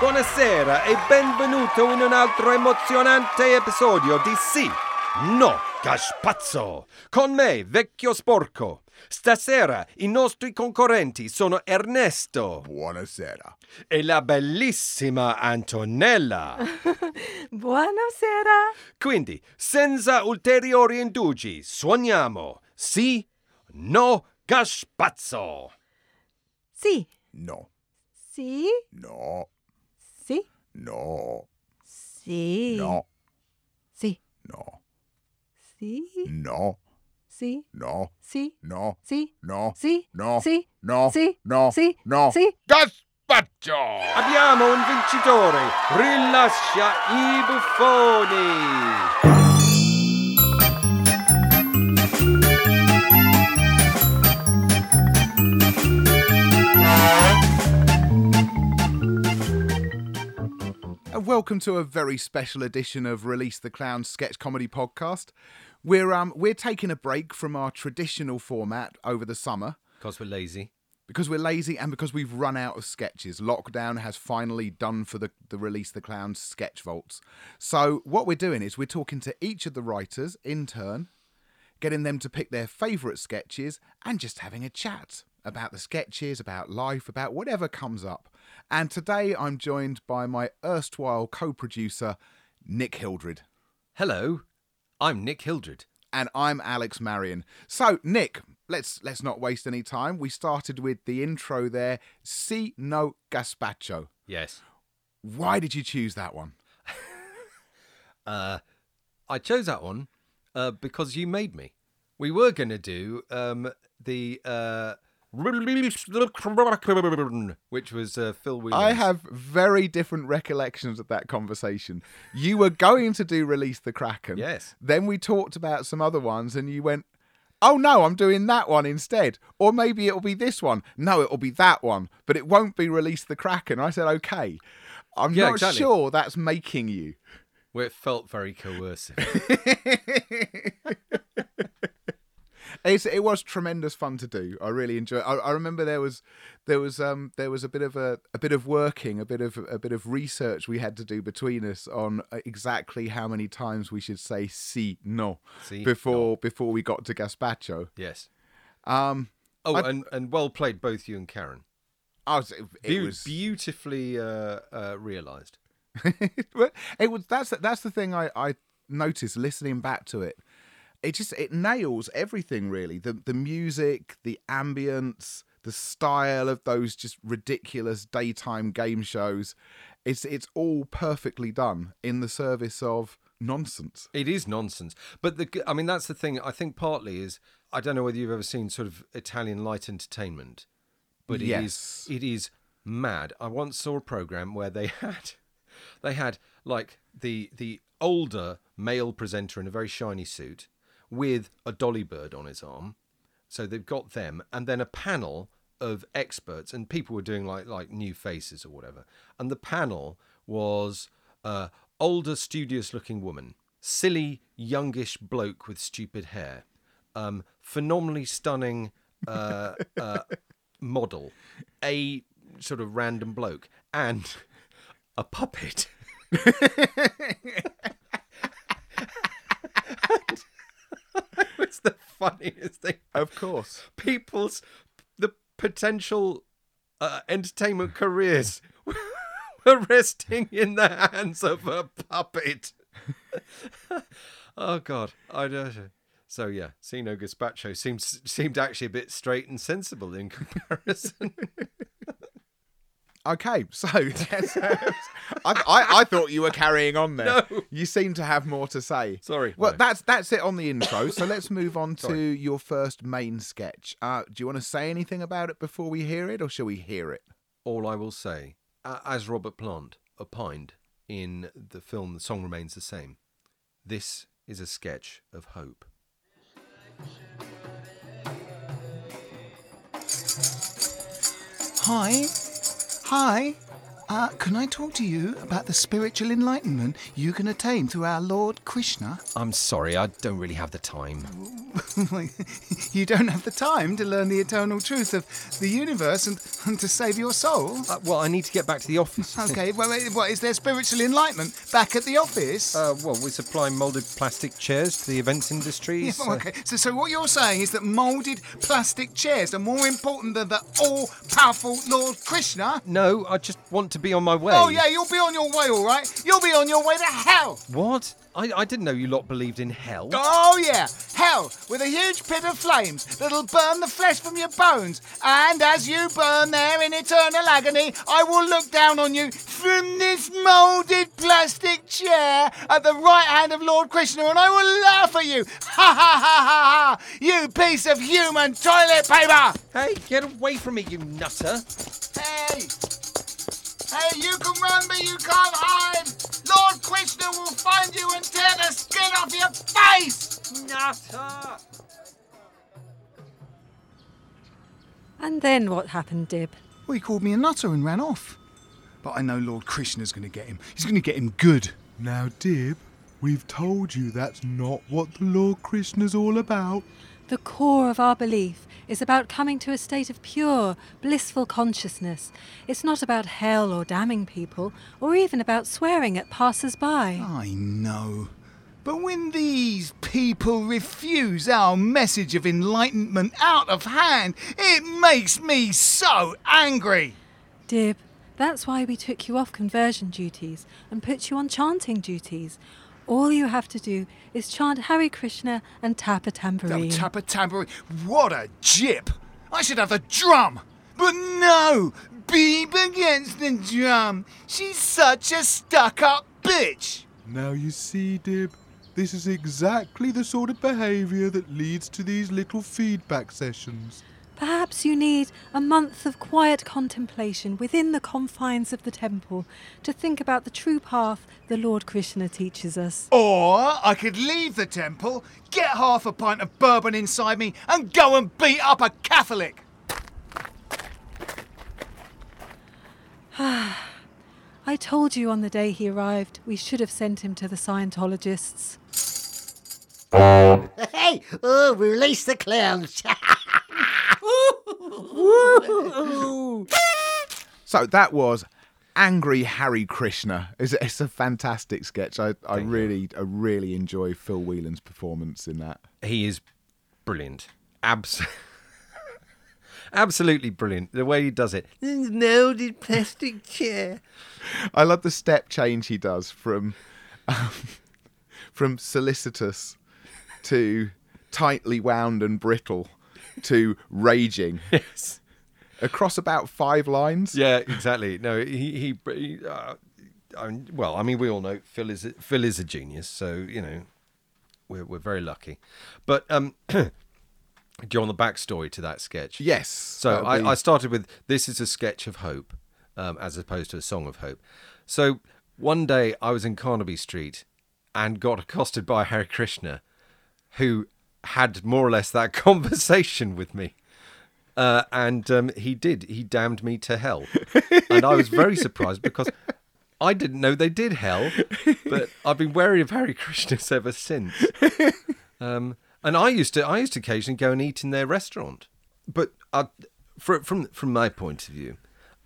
Buonasera e benvenuto in un altro emozionante episodio di Sì, No, Caspazzo! Con me, vecchio sporco. Stasera i nostri concorrenti sono Ernesto Buonasera. e la bellissima Antonella. Buonasera. Quindi, senza ulteriori indugi, suoniamo Sì, No, Caspazzo! Sì, No, sì, no, sì, no, sì. no, Sì, no, sì, no, sì, no, sì, no, sì, no, sì, no, sì, no, sì, no, sì, no. sì. Gaspaccio! Abbiamo un vincitore! Rilascia i buffoni! And welcome to a very special edition of Release the Clown Sketch Comedy Podcast. We're um we're taking a break from our traditional format over the summer Because we're lazy. because we're lazy and because we've run out of sketches. Lockdown has finally done for the, the Release the Clown sketch vaults. So, what we're doing is we're talking to each of the writers in turn, getting them to pick their favourite sketches and just having a chat about the sketches, about life, about whatever comes up. And today I'm joined by my erstwhile co producer, Nick Hildred. Hello, I'm Nick Hildred. and I'm Alex Marion. So, Nick, let's let's not waste any time. We started with the intro there, Si no gazpacho. Yes. Why did you choose that one? Uh, I chose that one uh, because you made me. We were going to do um, the. Uh, which was uh, Phil Wheeler. I have very different recollections of that conversation. You were going to do Release the Kraken. Yes. Then we talked about some other ones and you went, "Oh no, I'm doing that one instead." Or maybe it'll be this one. No, it'll be that one, but it won't be Release the Kraken. I said, "Okay." I'm Yeah, not exactly. sure that's making you. Where it felt very coercive. It's, it was tremendous fun to do. I really enjoyed. I, I remember there was, there was um there was a bit of a, a bit of working, a bit of a bit of research we had to do between us on exactly how many times we should say si no Si, before before we got to gazpacho. yes. Um, Oh, I- and, and well played, both you and Karen. I was, it, Beau- was Beautifully uh, uh, realised. Well, it was that's the- that's the thing I I noticed listening back to it. It just it nails everything really. The the music, the ambience, the style of those just ridiculous daytime game shows. It's it's all perfectly done in the service of nonsense. It is nonsense. But the g- I mean that's the thing I think partly is I don't know whether you've ever seen sort of Italian light entertainment, but it is Yes. it is mad. I once saw a program where they had they had like the the older male presenter in a very shiny suit with a dolly bird on his arm. So they've got them and then a panel of experts and people were doing like like new faces or whatever. And the panel was a older studious looking woman, silly youngish bloke with stupid hair, um phenomenally stunning uh, uh model, a sort of random bloke, and a puppet. it's the funniest thing. Of course. People's the potential uh, entertainment careers were resting in the hands of a puppet. oh God, I don't. So yeah, Sino Gazpacho seems seemed actually a bit straight and sensible in comparison. Okay, so yes, I, I I thought you were carrying on there. You seem to have more to say. Sorry. Well, No. that's that's it on the intro. So let's move on to your first main sketch. Uh, do you want to say anything about it before we hear it, or shall we hear it? All I will say, a- as Robert Plant opined in the film The Song Remains the Same, this is a sketch of hope. Hi. Hi. Uh, can I talk to you about the spiritual enlightenment you can attain through our Lord Krishna? I'm sorry, I don't really have the time. you don't have the time to learn the eternal truth of the universe and, and to save your soul. Uh, well, I need to get back to the office. Okay, well, wait, what is there spiritual enlightenment back at the office? Uh, well, we supply moulded plastic chairs to the events industry. Yeah, so- okay, so, so what you're saying is that moulded plastic chairs are more important than the all powerful Lord Krishna? No, I just want to be on my way. Oh, yeah, you'll be on your way, all right? You'll be on your way to hell! What? I, I didn't know you lot believed in hell. Oh, yeah, hell, with a huge pit of flames that'll burn the flesh from your bones. And as you burn there in eternal agony, I will look down on you from this moulded plastic chair at the right hand of Lord Krishna and I will laugh at you. Ha ha ha ha ha! You piece of human toilet paper! Hey, get away from me, you nutter! Hey! Hey, you can run, but you can't hide! Lord Krishna will find you and tear the skin off your face! Nutter! And then what happened, Dib? Well, he called me a nutter and ran off. But I know Lord Krishna's going to get him. He's going to get him good. Now, Dib, we've told you that's not what the Lord Krishna's all about. The core of our belief is about coming to a state of pure, blissful consciousness. It's not about hell or damning people, or even about swearing at passers by. I know. But when these people refuse our message of enlightenment out of hand, it makes me so angry. Dib, that's why we took you off conversion duties and put you on chanting duties. All you have to do is chant Hare Krishna and tap a Oh, tambourine. tap a tambourine. What a jip! I should have a drum! But no! Beep against the drum! She's such a stuck up bitch! Now, you see, Dib, this is exactly the sort of behaviour that leads to these little feedback sessions. Perhaps you need a month of quiet contemplation within the confines of the temple to think about the true path the Lord Krishna teaches us. Or I could leave the temple, get half a pint of bourbon inside me, and go and beat up a Catholic! I told you on the day he arrived we should have sent him to the Scientologists. Hey, uh, oh, we release the clowns. So that was Angry Harry Krishna. It's, it's a fantastic sketch. I, I really I really enjoy Phil Whelan's performance in that. He is brilliant. Abs- Absolutely brilliant. The way he does it. Molded plastic chair. I love the step change he does from um, from solicitous to tightly wound and brittle to raging Yes. across about five lines. Yeah, exactly. No, he he. he uh, I mean, well, I mean, we all know Phil is Phil is a genius, so you know, we're we're very lucky. But um, do you want the backstory to that sketch? Yes. So that'll I, be- I started with this is a sketch of hope, um, as opposed to a song of hope. So one day I was in Carnaby Street and got accosted by Hare Krishna, who had more or less that conversation with me. Uh, and um, he did. He damned me to hell. and I was very surprised because I didn't know they did hell, but I've been wary of Hare Krishnas ever since. Um, and I used to, I used to occasionally go and eat in their restaurant. But I, fr from from my point of view,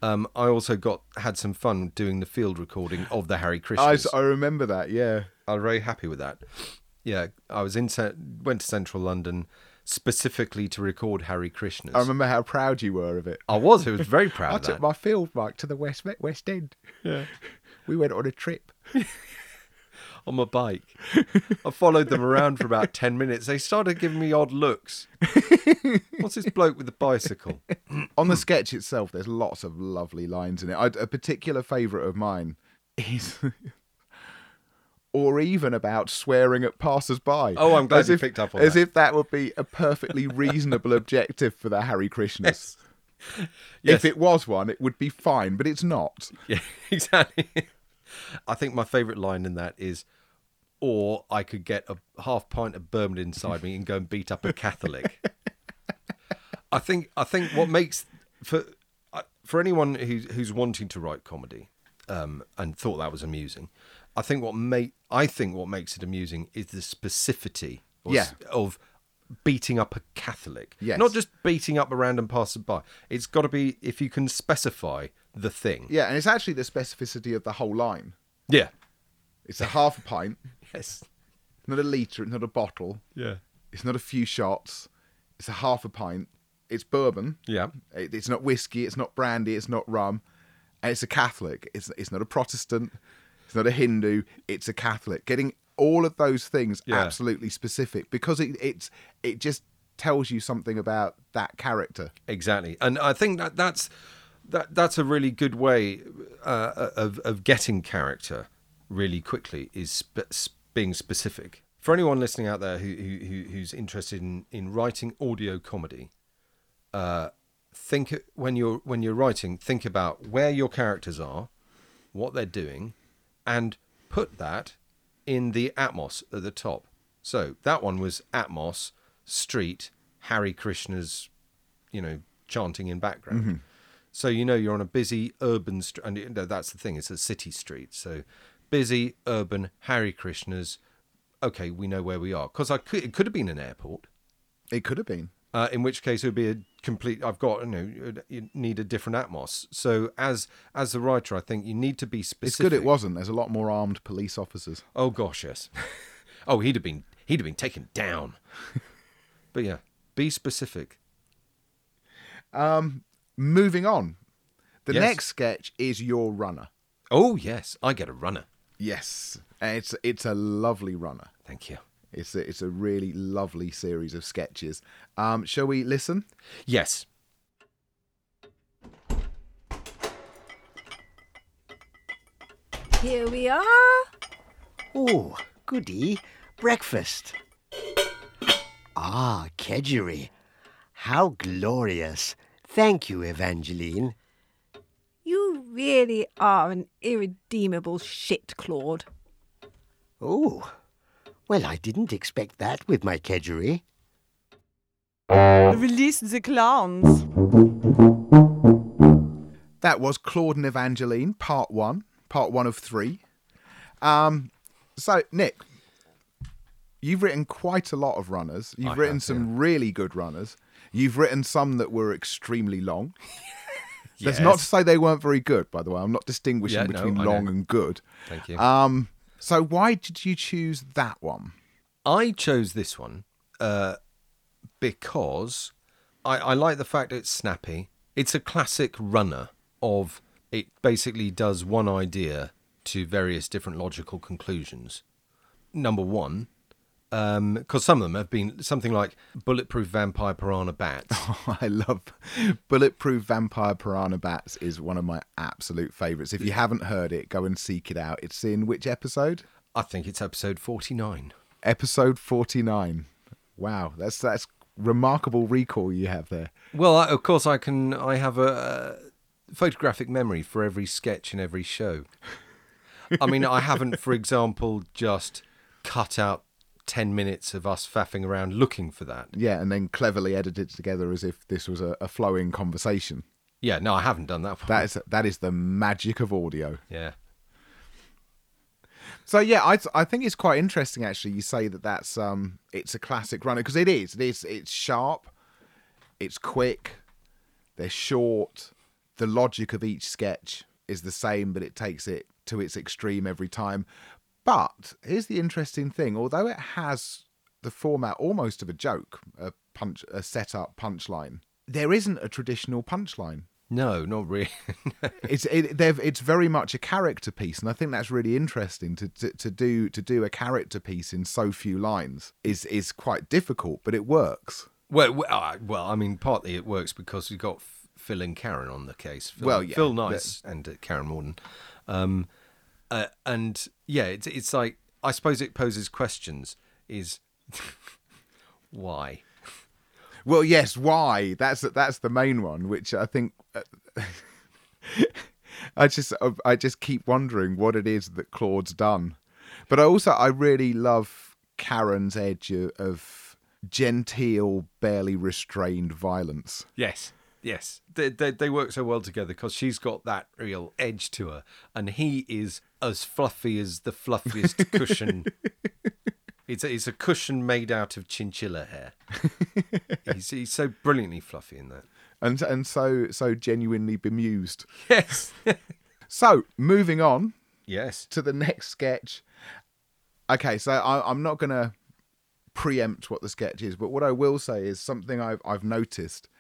um, I also got had some fun doing the field recording of the Harry I, Krishnas. s- I remember that. Yeah. I was very happy with that. Yeah, I was in ce- went to central London specifically to record Harry Krishnas. I remember how proud you were of it. I was. I was very proud I of that. took my field mic to the West West End. Yeah. We went on a trip. on my bike. I followed them around for about 10 minutes. They started giving me odd looks. What's this bloke with the bicycle? On the sketch itself, there's lots of lovely lines in it. I, a particular favourite of mine is, or even about swearing at passers-by. Oh, I'm glad As you if- picked up on As that. if that would be a perfectly reasonable objective for the Harry Krishnas. Yes. If it was one, it would be fine, but it's not. Yeah, exactly. I think my favourite line in that is, or I could get a half pint of bourbon inside me and go and beat up a Catholic. I think I think what makes for I- for anyone who's who's wanting to write comedy, um, and thought that was amusing. I think what make I think what makes it amusing is the specificity or Yeah. s- of beating up a Catholic. Yes. Not just beating up a random passerby. It's got to be if you can specify the thing. Yeah, and it's actually the specificity of the whole line. Yeah. It's a half a pint, Yes. not a litre, it's not a bottle, Yeah. it's not a few shots, it's a half a pint, it's bourbon, Yeah. it, it's not whiskey, it's not brandy, it's not rum, and it's a Catholic. It's, it's not a Protestant, it's not a Hindu, it's a Catholic. Getting all of those things Yeah. absolutely specific because it, it's, it just tells you something about that character. Exactly, and I think that that's that that's a really good way uh, of of getting character really quickly is sp- s- being specific. For anyone listening out there who, who who- who's interested in in writing audio comedy, uh, think when you're when you're writing, think about where your characters are, what they're doing, and put that in the Atmos at the top. So that one was Atmos Street Harry Krishna's, you know, chanting in background. So you know you're on a busy urban street, and you know, that's the thing. It's a city street, so busy urban Harry Krishna's. Okay, we know where we are because I could, it could have been an airport. It could have been. Uh, in which case it would be a complete. I've got you know you'd- you need a different atmos. So as as the writer, I think you need to be It's specific. good it wasn't. There's a lot more armed police officers. Oh gosh, yes. oh, he'd have been he'd have been taken down. but yeah, be specific. Um, Moving on. The Yes. next sketch is your runner. Oh yes, I get a runner. Yes, and it's it's a lovely runner. Thank you. It's a, it's a really lovely series of sketches. Um, shall we listen? Yes. Here we are. Oh, goody. Breakfast. Ah, kedgeree. How glorious. Thank you, Evangeline. You really are an irredeemable shit, Claude. Oh, well, I didn't expect that with my kedgeree. Release the clowns. That was Claude and Evangeline, part one, part one of three. Um, so Nick, you've written quite a lot of runners. You've I written have, some really good runners. You've written some that were extremely long. That's not to say they weren't very good, by the way. I'm not distinguishing Yeah, no, between I know. long and good. Thank you. Um, so why did you choose that one? I chose this one uh, because I, I like the fact it's snappy. It's a classic runner of it basically does one idea to various different logical conclusions. Number one, because some of them have been something like bulletproof vampire piranha bats. I love Bulletproof Vampire Piranha Bats is one of my absolute favorites. If you haven't heard it, go and seek it out. It's in which episode? I think it's episode 49. Episode 49. Wow, that's that's remarkable recall you have there. Well, I, of course, I can. I have a uh, photographic memory for every sketch and every show. I mean, I haven't, for example, just cut out ten minutes of us faffing around looking for that. Yeah, and then cleverly edited together as if this was a, a flowing conversation. Yeah, no, I haven't done that. One. That is that is the magic of audio. yeah, So yeah, I I think it's quite interesting actually. You say that that's um it's a classic runner because it is. It is. It's sharp. It's quick. They're short. The logic of each sketch is the same, but it takes it to its extreme every time. But here's the interesting thing: although it has the format almost of a joke, a punch, a setup punchline, there isn't a traditional punchline no, not really. it's it, they've it's very much a character piece, and I think that's really interesting to, to to do to do a character piece in so few lines is is quite difficult, but it works. well, well, I, well, I mean, partly it works because we got F- Phil and Karen on the case. Phil, Well, yeah, Phil Nice and uh, Karen Warden. Um, uh, and yeah, it's it's like I suppose it poses questions. Is why? Well, yes, why? That's that's the main one, which I think. uh, I just uh, I just keep wondering what it is that Claude's done, but I also I really love Karen's edge of, of genteel, barely restrained violence. Yes. Yes, they, they, they work so well together because she's got that real edge to her, and he is as fluffy as the fluffiest cushion. It's a, it's a cushion made out of chinchilla hair. he's, he's so brilliantly fluffy in that. and and so so genuinely bemused. Yes. So moving on yes. to the next sketch. Okay, so I, I'm not gonna preempt what the sketch is, but what I will say is something I've I've noticed.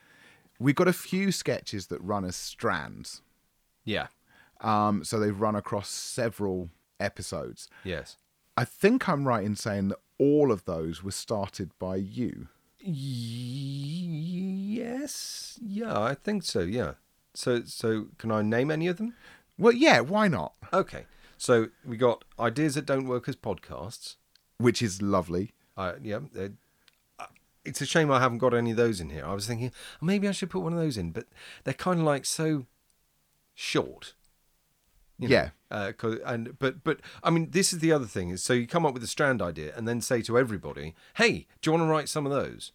We've got a few sketches that run as strands, Yeah. um, so they've run across several episodes. Yes. I think I'm right in saying that all of those were started by you. Yes. Yeah, Oh, I think so. Yeah. So so can I name any of them? Well, yeah, why not? Okay. So we got ideas that don't work as podcasts. Which is lovely. Uh, yeah. uh, uh, it's a shame I haven't got any of those in here. I was thinking oh, maybe I should put one of those in, but they're kind of like so short. you know, Yeah. uh, 'cause- and but but I mean, this is the other thing is so you come up with a strand idea and then say to everybody, "Hey, do you want to write some of those?"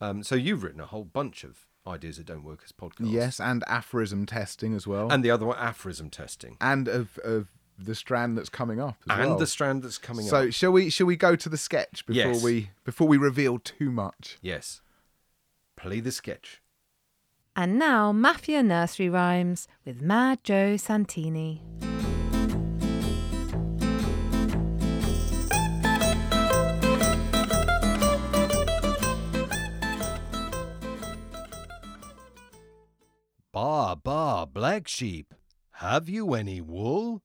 Um, so you've written a whole bunch of ideas that don't work as podcasts. Yes, and aphorism testing as well. and the other one aphorism testing and of, of the strand that's coming up as and well. the strand that's coming so up. shall we shall we go to the sketch before Yes. we before we reveal too much Yes, play the sketch. And now, Mafia Nursery Rhymes with Mad Joe Santini. Bah, bah, black sheep, have you any wool?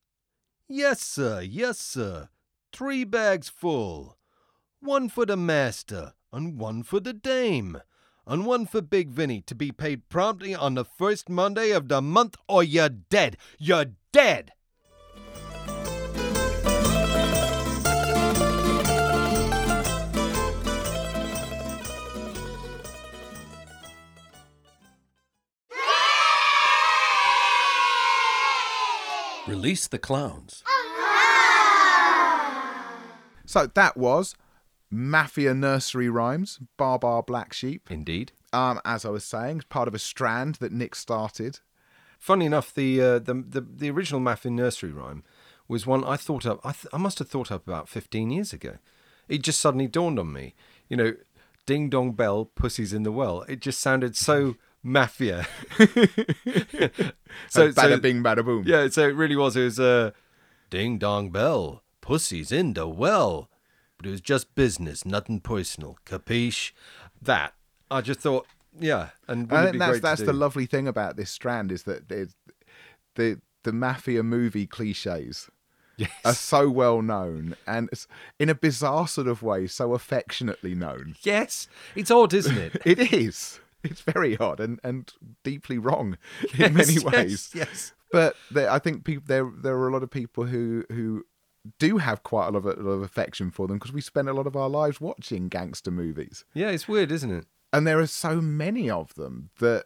Yes, sir, yes, sir. Three bags full. One for the master, and one for the dame, and one for Big Vinny to be paid promptly on the first Monday of the month, or you're dead. You're dead! Release the clowns. so that was mafia nursery rhymes bar bar black sheep Indeed. um as i was saying part of a strand that nick started Funny enough, the uh, the, the the original Maffin nursery rhyme was one I thought up. I, th- I must have thought up about fifteen years ago. It just suddenly dawned on me. You know, ding dong bell, pussies in the well. It just sounded so mafia. so bada bing bada boom yeah, so it really was. It was uh, ding dong bell, pussies in the well. But it was just business, nothing personal. Capiche? That I just thought, yeah, and I wouldn't it think be that's great to that's the do? lovely thing about this strand is that there's the the mafia movie cliches are so well known and it's in a bizarre sort of way so affectionately known. Yes, it's odd, isn't it? It is. It's very odd and, and deeply wrong in Yes, many yes, ways. yes. But there, I think peop there there are a lot of people who who do have quite a lot of, a lot of affection for them because we spend a lot of our lives watching gangster movies. Yeah, it's weird, isn't it? and there are so many of them that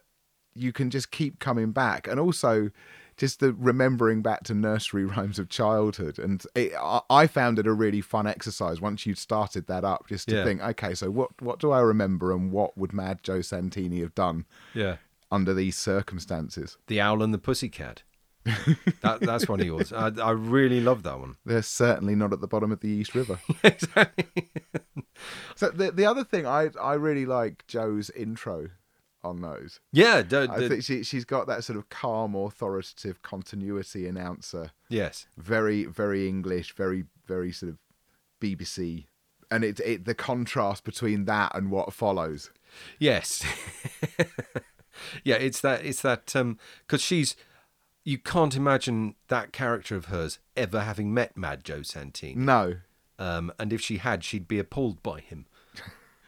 you can just keep coming back and also just the remembering back to nursery rhymes of childhood and it, I- i found it a really fun exercise once you'd started that up just to Yeah. think okay so what what do i remember and what would mad joe santini have done Yeah. under these circumstances The Owl and the Pussycat. that, that's one of yours. I, I really love that one. they're certainly not at the bottom of the east river exactly. so the, the other thing i i really like joe's intro on those Yeah. The, i the- think she, she's got that sort of calm authoritative continuity announcer yes. very very english very very sort of bbc and it, it the contrast between that and what follows Yes. yeah. It's that. It's that. Um. Because she's. You can't imagine that character of hers ever having met Mad Joe Santini. no Um. And if she had, she'd be appalled by him.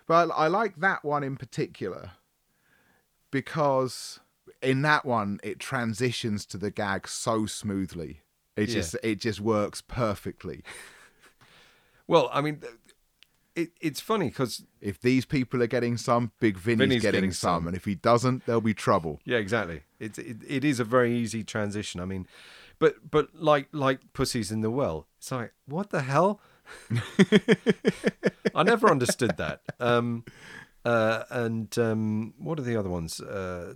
but i like that one in particular because in that one it transitions to the gag so smoothly it Yeah. just it just works perfectly Well, I mean, th- it, it's funny because if these people are getting some big vinny's, Vinny's getting, getting some, some. and if he doesn't there'll be trouble Yeah, exactly. It's it, it is a very easy transition. I mean, but but like like pussies in the well, it's like what the hell? I never understood that. Um, uh, and um, what are the other ones? Uh,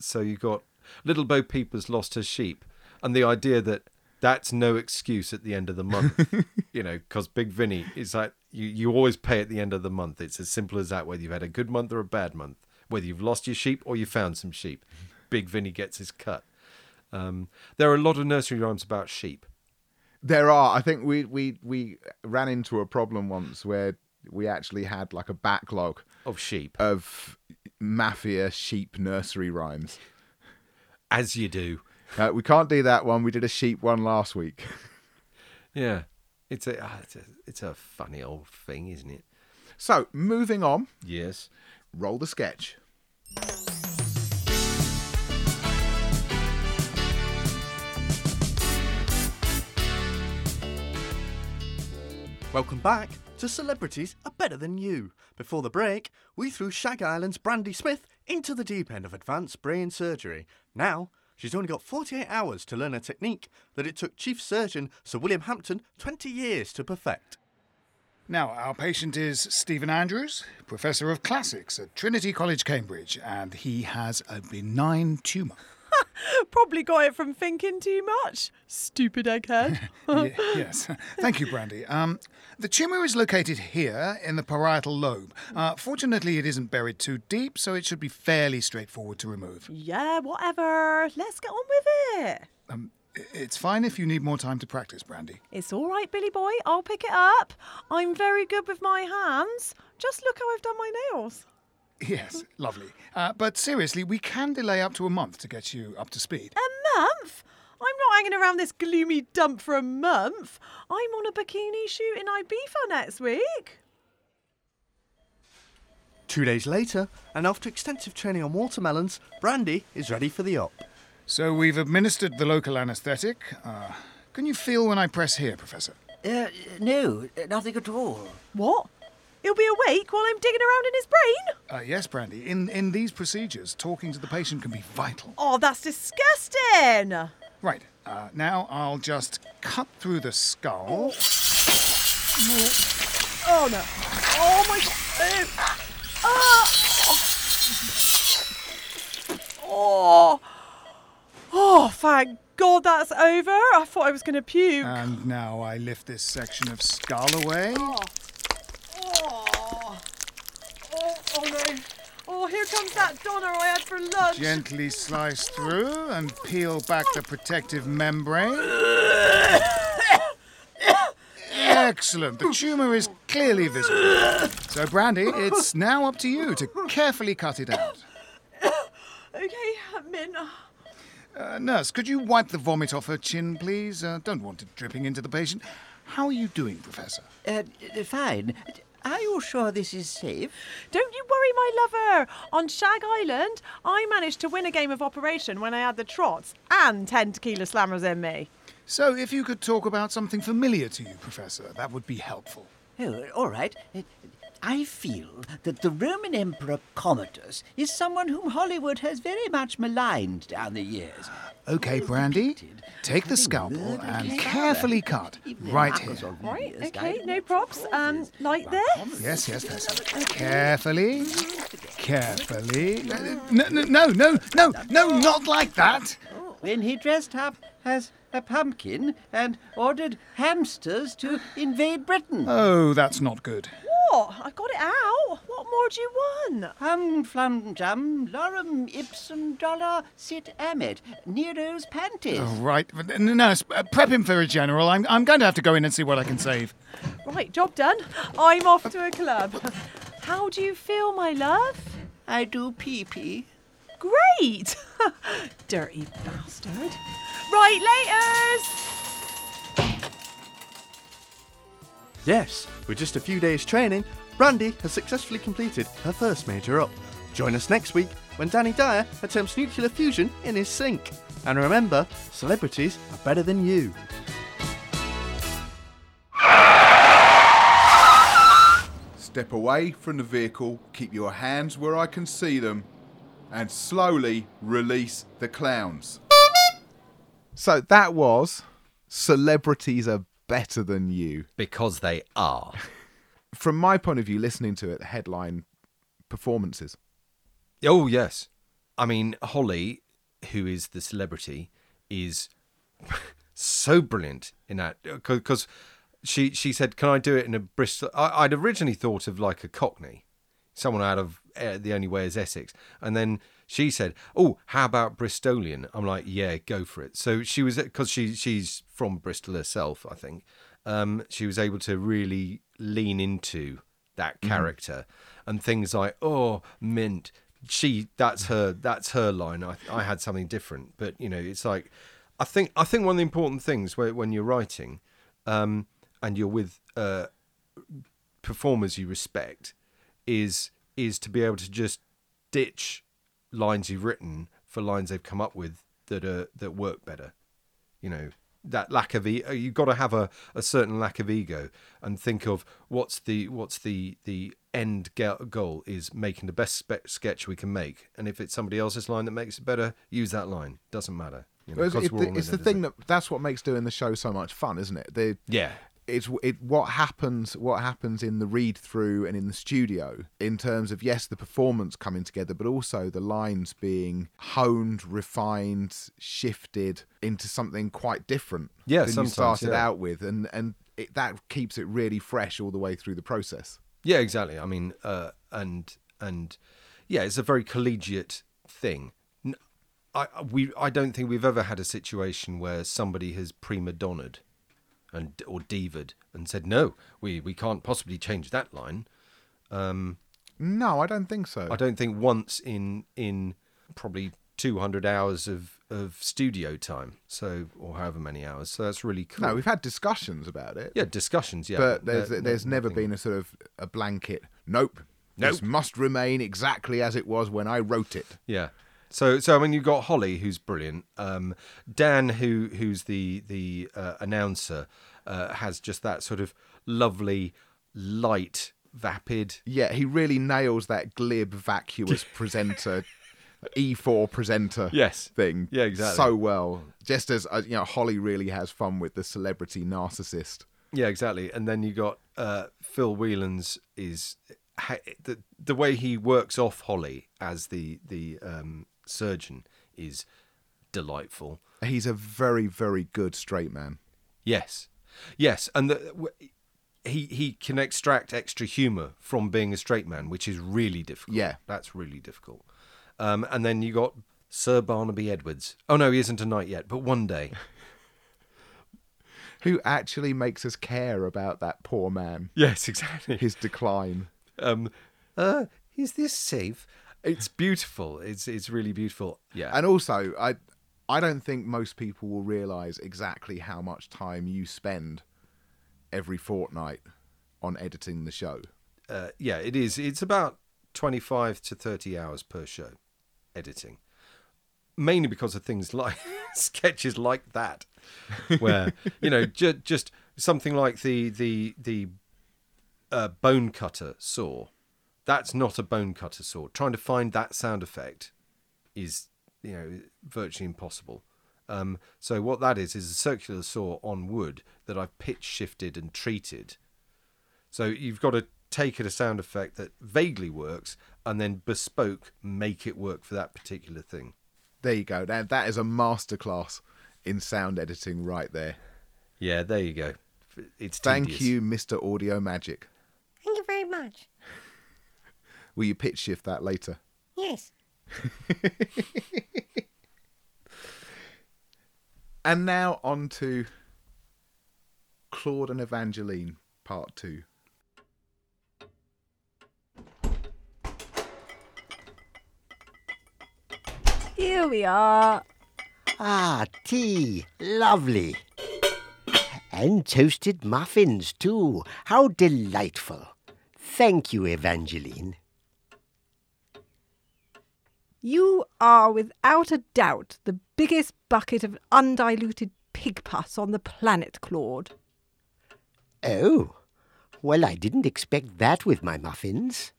So you got Little Bo Peepers lost her sheep, and the idea that that's no excuse at the end of the month, you know, because Big Vinny is like you, you always pay at the end of the month. It's as simple as that, whether you've had a good month or a bad month, whether you've lost your sheep or you found some sheep. Big Vinny gets his cut. Um, there are a lot of nursery rhymes about sheep. There are. I think we we we ran into a problem once where we actually had like a backlog Of sheep. of mafia sheep nursery rhymes. As you do. Uh, we can't do that one. We did a sheep one last week. Yeah. It's a, ah, it's a it's a funny old thing, isn't it? So moving on, Yes. roll the sketch. Welcome back to Celebrities Are Better Than You. Before the break, we threw Shag Island's Brandy Smith into the deep end of advanced brain surgery. Now, she's only got 48 hours to learn a technique that it took Chief Surgeon Sir William Hampton 20 years to perfect. Now, our patient is Stephen Andrews, Professor of Classics at Trinity College, Cambridge, and he has a benign tumour. Probably got it from thinking too much. Stupid egghead. Ye- yes. Thank you, Brandy. Um, the tumour is located here in the parietal lobe. Uh, fortunately, it isn't buried too deep, so it should be fairly straightforward to remove. yeah, whatever. Let's get on with it. Um, i- it's fine if you need more time to practice, Brandy. It's all right, Billy boy. I'll pick it up. I'm very good with my hands. Just look how I've done my nails. Yes, lovely. Uh, but seriously, we can delay up to a month to get you up to speed. A month? I'm not hanging around this gloomy dump for a month. I'm on a bikini shoot in Ibiza next week. Two days later, and after extensive training on watermelons, Brandy is ready for the op. So we've administered the local anaesthetic. Uh, can you feel when I press here, Professor? Uh, no, nothing at all. What? He'll be awake while I'm digging around in his brain? Uh, yes, Brandy. In, in these procedures, talking to the patient can be vital. Oh, that's disgusting. Right, uh, now I'll just cut through the skull. Oh no. Oh my. God. Oh. oh. Oh, thank God that's over. I thought I was going to puke. And now I lift this section of skull away. Oh. Oh, oh no. Oh, here comes that doner I had for lunch. Gently slice through and peel back the protective membrane. Excellent. The tumour is clearly visible. So, Brandy, it's now up to you to carefully cut it out. okay, I'm in. Uh, nurse, could you wipe the vomit off her chin, please? Uh, don't want it dripping into the patient. How are you doing, Professor? Uh, fine. Are you sure this is safe? Don't you worry, my lover. On Shag Island, I managed to win a game of Operation when I had the trots and 10 tequila slammers in me. So, if you could talk about something familiar to you, Professor, that would be helpful. Oh, all right. Uh, I feel that the Roman Emperor Commodus is someone whom Hollywood has very much maligned down the years. Okay, Brandy, take the scalpel and carefully cut right here. Right, okay, no props. Um, like this? Yes, yes, yes. Carefully, carefully. No, no, no, no, no, no, not like that. Oh, When he dressed up as a pumpkin and ordered hamsters to invade Britain. Oh, that's not good. What? I've got it out. What more do you want? Hum flum jum, lorem ipsum dollar sit amet, Nero's panties. All Oh, right, n- n- nurse, uh, prep him for a general. I'm, I'm going to have to go in and see what I can save. Right, job done. I'm off to a club. How do you feel, my love? I do pee pee. Great! Dirty bastard. Right, laters! Yes, with just a few days training, Brandy has successfully completed her first major up. Join us next week when Danny Dyer attempts nuclear fusion in his sink. And remember, celebrities are better than you. Step away from the vehicle, keep your hands where I can see them, and slowly release the clowns. So that was Celebrities Are Better Than You. Because they are. From my point of view, listening to it, the headline performances. Oh yes. I mean, Holly, who is the celebrity, is so brilliant in that because she she said, "Can I do it in a Bristol?" I, I'd originally thought of like a Cockney, someone out of uh, the only way is Essex, and then she said, "Oh, how about Bristolian?" I'm like, "Yeah, go for it." So she was because she she's from Bristol herself, I think. Um, she was able to really lean into that character and things like, "Oh, mint." She that's her that's her line. I I had something different, but you know, it's like I think I think one of the important things whe- when you're writing, um, and you're with uh, performers you respect, is is to be able to just ditch lines you've written for lines they've come up with that are that work better. You know that lack of e- you've got to have a, a certain lack of ego and think of what's the what's the the end ge- goal is making the best spe- sketch we can make and if it's somebody else's line that makes it better use that line doesn't matter you know, Well, it's 'cause it's we're the, all in it's it, the isn't it? thing that that's what makes doing the show so much fun, isn't it? The, Yeah. It's w- it what happens what happens in the read through and in the studio in terms of yes the performance coming together but also the lines being honed refined shifted into something quite different Yeah, than you sometimes, started yeah. out with and and it, that keeps it really fresh all the way through the process. Yeah, exactly. I mean, uh, and and yeah, it's a very collegiate thing. N- I I- we I don't think we've ever had a situation where somebody has prima donnaed and or divaed and said no, we we can't possibly change that line. Um, No, I don't think so. I don't think once in in probably 200 hours of of studio time, so or however many hours. So that's really cool. No, we've had discussions about it. yeah discussions. Yeah, but there's no- there's no- never nothing- been a sort of a blanket. Nope. This Nope. must remain exactly as it was when I wrote it. Yeah. So so I mean you've got Holly who's brilliant. Um, Dan who who's the the uh, announcer uh, has just that sort of lovely light vapid Yeah, he really nails that glib, vacuous presenter, E4 presenter. Yes. thing. Yeah, exactly. So well, just as uh, you know, Holly really has fun with the celebrity narcissist. Yeah, exactly. And then you got uh, Phil Whelan's is ha- the the way he works off Holly as the the um, surgeon is delightful. He's a very, very good straight man. Yes, yes, and the, w- he he can extract extra humour from being a straight man, which is really difficult. Yeah. that's really difficult. Um, and then you got Sir Barnaby Edwards. Oh no, he isn't a knight yet, but one day. Who actually makes us care about that poor man, yes, exactly. his decline. Um, uh, is this safe? It's beautiful. It's it's really beautiful. Yeah, And also, I I don't think most people will realise exactly how much time you spend every fortnight on editing the show. uh, yeah, it is. It's about 25 to 30 hours per show editing, mainly because of things like sketches like that, where you know ju- just something like the the the uh, bone cutter saw. That's not a bone cutter saw. Trying to find that sound effect is you know virtually impossible. Um, so what that is is a circular saw on wood that I've pitch shifted and treated so you've got to take it a sound effect that vaguely works and then bespoke make it work for that particular thing. There you go. That that is a masterclass in sound editing right there. Yeah, there you go. It's Thank tedious. you, Mr. Audio Magic. Thank you very much. Will you pitch shift that later? Yes. And now on to Claude and Evangeline part 2. Here we are. Ah, tea. Lovely. And toasted muffins, too. How delightful. Thank you, Evangeline. You are without a doubt the biggest bucket of undiluted pig pus on the planet, Claude. Oh, well, I didn't expect that with my muffins.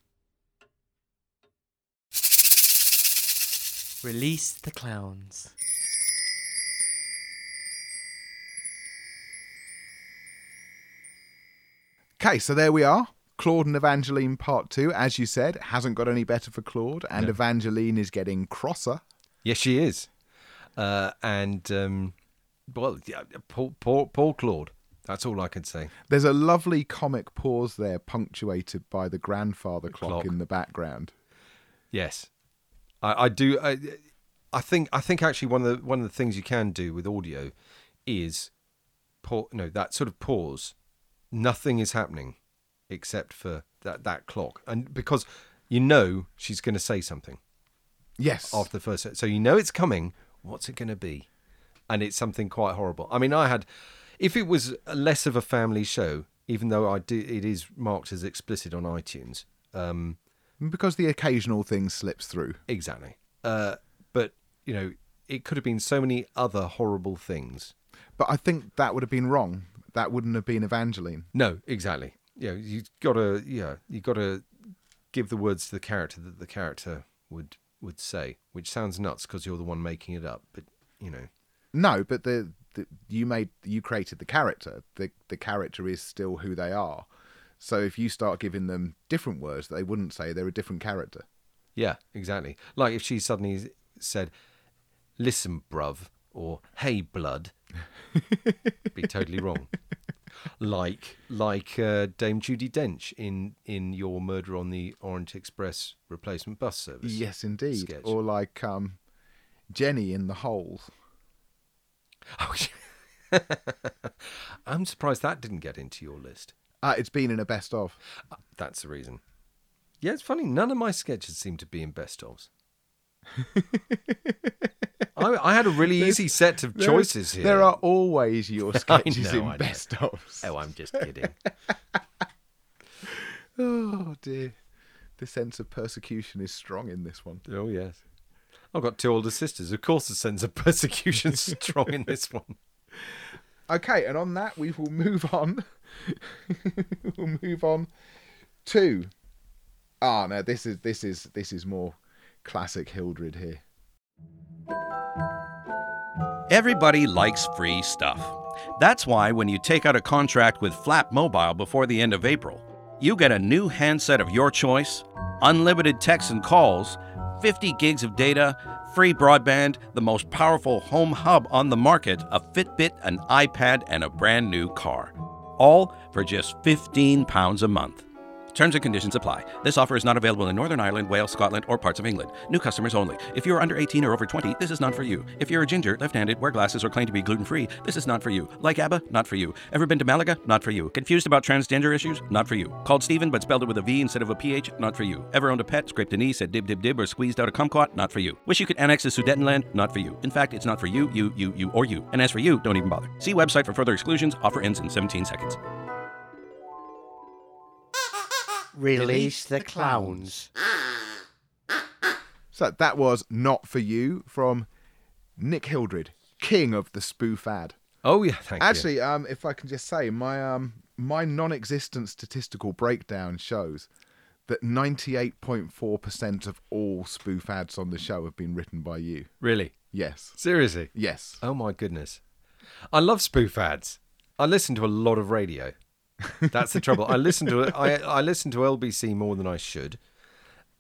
Release the clowns. Okay, so there we are. Claude and Evangeline Part 2, as you said, hasn't got any better for Claude, and No. Evangeline is getting crosser. Yes, she is. Uh, and um, well, yeah, Paul, Paul, Paul Claude. That's all I can say. There's a lovely comic pause there, punctuated by the grandfather clock, Clock. in the background. Yes, I, I do. I, I think I think actually one of the one of the things you can do with audio is, pa- no, that sort of pause. Nothing is happening except for that that clock, and because you know she's going to say something. Yes. After the first, so you know it's coming. What's it going to be? And it's something quite horrible. I mean, I had, if it was less of a family show, even though I do, it is marked as explicit on iTunes. Um, Because the occasional thing slips through. Exactly. Uh, but you know, it could have been so many other horrible things. But I think that would have been wrong. That wouldn't have been Evangeline. No, exactly. Yeah, you gotta. Yeah, you gotta give the words to the character that the character would would say, which sounds nuts because you're the one making it up. But you know, No, but the, the you made you created the character. The the character is still who they are. So if you start giving them different words that they wouldn't say, they're a different character. yeah, exactly. Like if she suddenly said, "Listen, bruv," or "Hey, blood," be totally wrong. Like like uh, Dame Judy Dench in in your Murder on the Orient Express replacement bus service. Yes, indeed. sketch. Or like um, Jenny in the hole. I'm surprised that didn't get into your list. Uh, Uh, it's been in a best of. That's the reason. Yeah, it's funny. None of my sketches seem to be in best ofs. I, I had a really easy set of There is- choices here. There are always your I sketches know, I in know. best ofs. Oh, I'm just kidding. oh dear, the sense of persecution is strong in this one. oh yes, I've got two older sisters. Of course, the sense of persecution's strong in this one. Okay, and on that we will move on. we'll move on to. Ah, no, this is this is this is more classic Hildred here. Everybody likes free stuff. That's why when you take out a contract with Flap Mobile before the end of April, you get a new handset of your choice, unlimited texts and calls, 50 gigs of data, free broadband, the most powerful home hub on the market, a Fitbit, an iPad, and a brand new car. All for just 15 pounds a month. Terms and conditions apply. This offer is not available in Northern Ireland, Wales, Scotland, or parts of England. New customers only. If you are under 18 or over 20, this is not for you. If you're a ginger, left handed, wear glasses, or claim to be gluten free, this is not for you. Like ABBA, not for you. Ever been to Malaga? Not for you. Confused about transgender issues? Not for you. Called Stephen but spelled it with a V instead of a PH? Not for you. Ever owned a pet, scraped an E, said dib dib dib, or squeezed out a kumquat? Not for you. Wish you could annex the Sudetenland? Not for you. In fact, it's not for you, you, you, you, or you. And as for you, don't even bother. See website for further exclusions. Offer ends in 17 seconds. Release the clowns. So that was not for you from Nick Hildred, king of the spoof ad. Oh yeah, thank Actually, you. um, if I can just say, my um, my non-existent statistical breakdown shows that ninety-eight point four percent of all spoof ads on the show have been written by you. really, Yes. seriously, Yes. Oh my goodness, I love spoof ads. I listen to a lot of radio. That's the trouble. I listen to I I listen to LBC more than I should,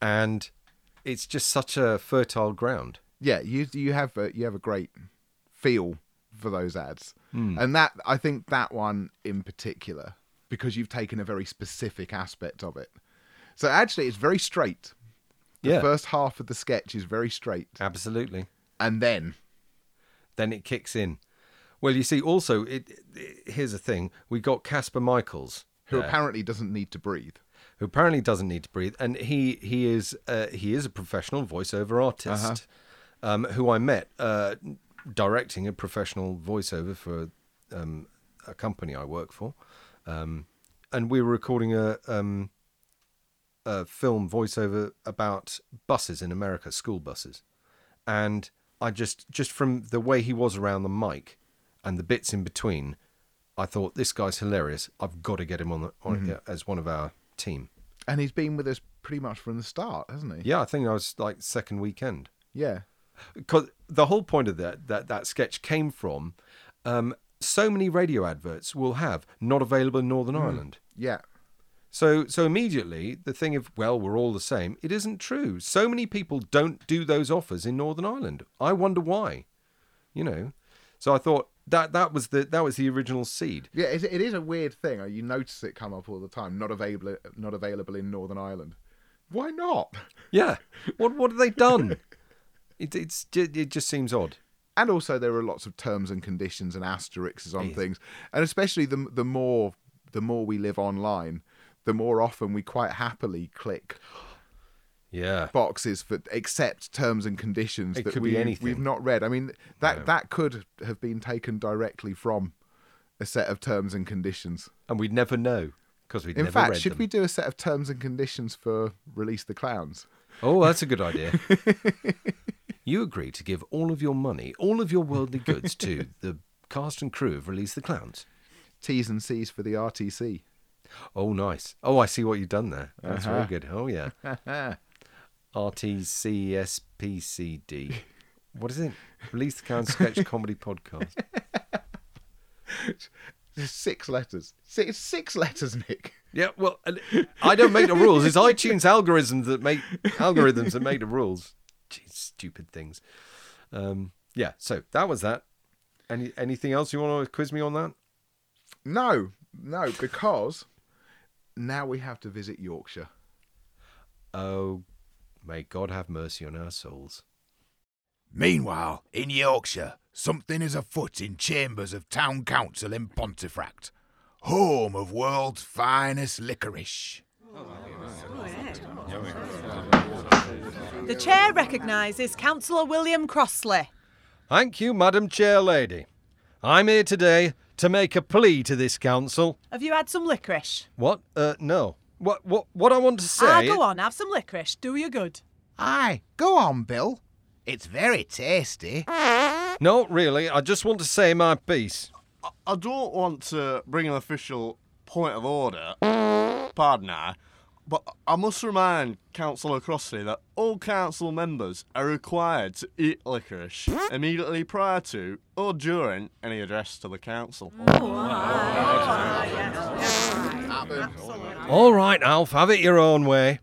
and it's just such a fertile ground. Yeah, you you have a, you have a great feel for those ads, Hmm. and that I think that one in particular because you've taken a very specific aspect of it. So actually, it's very straight. The Yeah. first half of the sketch is very straight, Absolutely. and then Then it kicks in. Well, you see, also, it, it- here's the thing: we got Casper Michaels, who there, apparently doesn't need to breathe. who apparently doesn't need to breathe, and he he is uh, he is a professional voiceover artist, Uh-huh. um, who I met uh, directing a professional voiceover for um, a company I work for, um, and we were recording a um, a film voiceover about buses in America, school buses, and I just just from the way he was around the mic and the bits in between, I thought this guy's hilarious. I've got to get him on, the, on as one of our team. Mm-hmm. And he's been with us pretty much from the start, hasn't he? Yeah, I think I was like second weekend. Yeah. because the whole point of that that that sketch came from Mm. um, so many radio adverts will have not available in Northern Ireland. Yeah. So, so immediately the thing of well, we're all the same. It isn't true. So many people don't do those offers in Northern Ireland. I wonder why. You know. So I thought that that was the that was the original seed. Yeah, it, it is a weird thing. uh, You notice it come up all the time. Not available, not available in Northern Ireland. Why not? Yeah. What what have they done? it, it's ju- it just seems odd. And also, there are lots of terms and conditions and asterisks on things, and especially the the more the more we live online, the more often we quite happily click Yeah. boxes for accept terms and conditions It that could we be anything. we've not read. I mean, that No. that could have been taken directly from a set of terms and conditions. And we'd never know because we'd In never fact, read should them. we do a set of terms and conditions for release the clowns? Oh, that's a good idea. you agree to give all of your money, all of your worldly goods to the cast and crew of Release the Clowns. T's and C's for the RTC. Oh, nice. Oh, I see what you've done there. That's Uh-huh. very good. Oh, yeah. RTCSPCD. What is it? Release the Clowns Sketch Comedy Podcast. Six letters. Six, six letters, Nick. Yeah, well, and I don't make the rules. It's iTunes algorithms that make algorithms that make the rules. Jeez, stupid things. Um, yeah, so that was that. Any anything else you want to quiz me on that? No, no, because now we have to visit Yorkshire. Oh, may God have mercy on our souls. Meanwhile, in Yorkshire, something is afoot in chambers of town council in Pontefract, home of world's finest licorice. The chair recognises Councillor William Crossley. Thank you, Madam Chair Lady. I'm here today to make a plea to this council. Have you had some licorice? What? Uh, no. What? What? What I want to say. ah, go on, have some licorice. Do you good. Aye, go on, Bill. It's very tasty. No, really. I just want to say my piece. I don't want to bring an official point of order, pardon I, but I must remind Councillor Crossley that all council members are required to eat licorice immediately prior to or during any address to the council. All right, Alf. Have it your own way.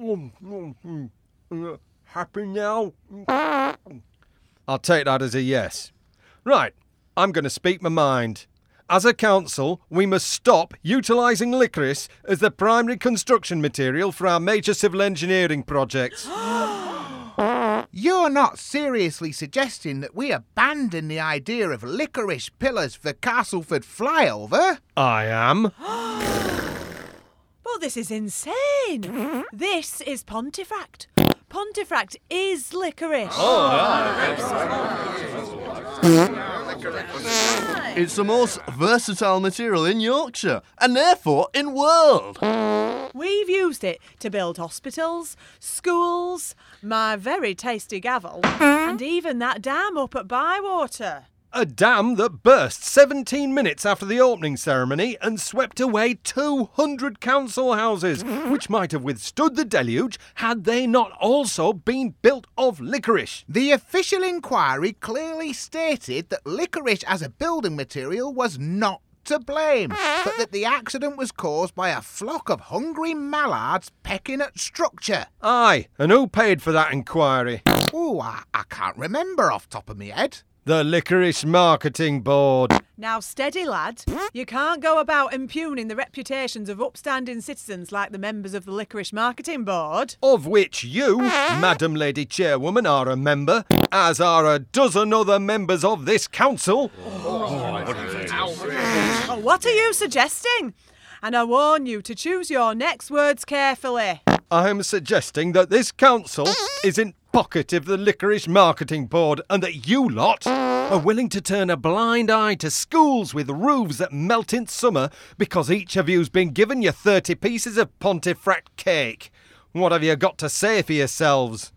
Mm, Uh, Happy now? I'll take that as a yes. Right, I'm going to speak my mind. As a council, we must stop utilising licorice as the primary construction material for our major civil engineering projects. You're not seriously suggesting that we abandon the idea of licorice pillars for Castleford flyover? I am. Well, this is insane. this is Pontefract. Pontefract is licorice. It's the most versatile material in Yorkshire and therefore in world. We've used it to build hospitals, schools, my very tasty gavel, and even that dam up at Bywater. A dam that burst 17 minutes after the opening ceremony and swept away 200 council houses, which might have withstood the deluge had they not also been built of licorice. The official inquiry clearly stated that licorice as a building material was not to blame, but that the accident was caused by a flock of hungry mallards pecking at structure. Aye, and who paid for that inquiry? Oh, I, I can't remember off top of my head. The Licorice Marketing Board. Now, steady, lad. You can't go about impugning the reputations of upstanding citizens like the members of the Licorice Marketing Board. Of which you, Madam Lady Chairwoman, are a member, as are a dozen other members of this council. Oh, what are you suggesting? And I warn you to choose your next words carefully. I'm suggesting that this council is in pocket of the Licorice Marketing Board and that you lot are willing to turn a blind eye to schools with roofs that melt in summer because each of you's been given your 30 pieces of Pontefract cake. What have you got to say for yourselves?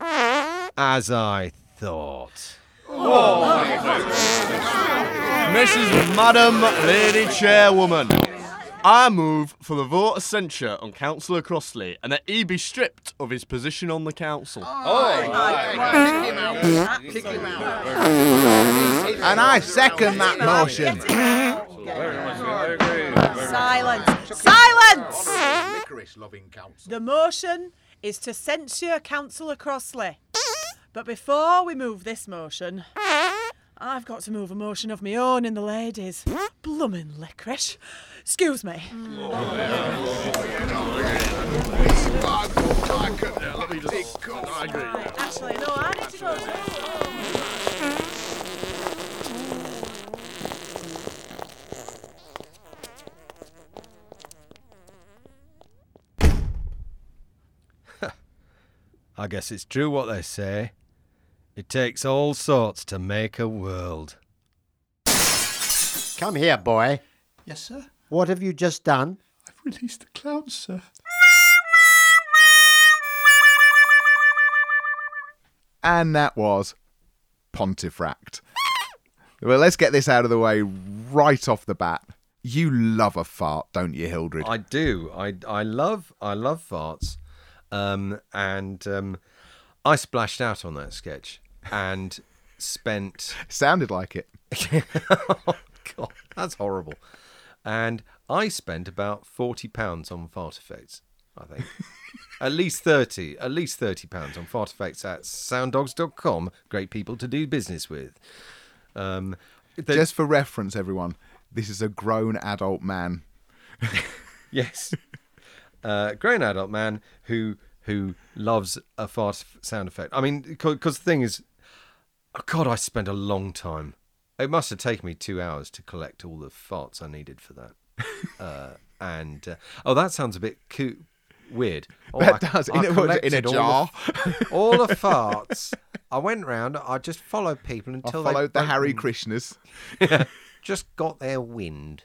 As I thought. Mrs. Madam Lady Chairwoman, I move for the vote of censure on Councillor Crossley and that he be stripped of his position on the council. And I second that motion. Silence! Silence! Licorice loving council. The motion is to censure Councillor Crossley. But before we move this motion, I've got to move a motion of my own in the ladies. Bloomin' licorice. Excuse me. Actually, no, I need to go I guess it's true what they say. It takes all sorts to make a world. Come here, boy. Yes, sir. What have you just done? I've released the clowns, sir. And that was Pontifract. well, let's get this out of the way right off the bat. You love a fart, don't you, Hildred? I do. I, I love I love farts, um, and um, I splashed out on that sketch and spent. Sounded like it. oh, God, that's horrible. And I spent about forty pounds on fart effects. I think at least thirty, at least thirty pounds on fart effects at sounddogs.com. Great people to do business with. Um, the- Just for reference, everyone, this is a grown adult man. yes. Uh, grown adult man who who loves a fart f- sound effect. I mean, because the thing is, oh God, I spent a long time. It must have taken me two hours to collect all the farts I needed for that. Uh, and uh, oh, that sounds a bit coo- weird. Oh, That does. In a- in a collected all jar. the- All the, farts. I went round. I just followed people I until followed they the Harry broke- Krishnas. just got their wind.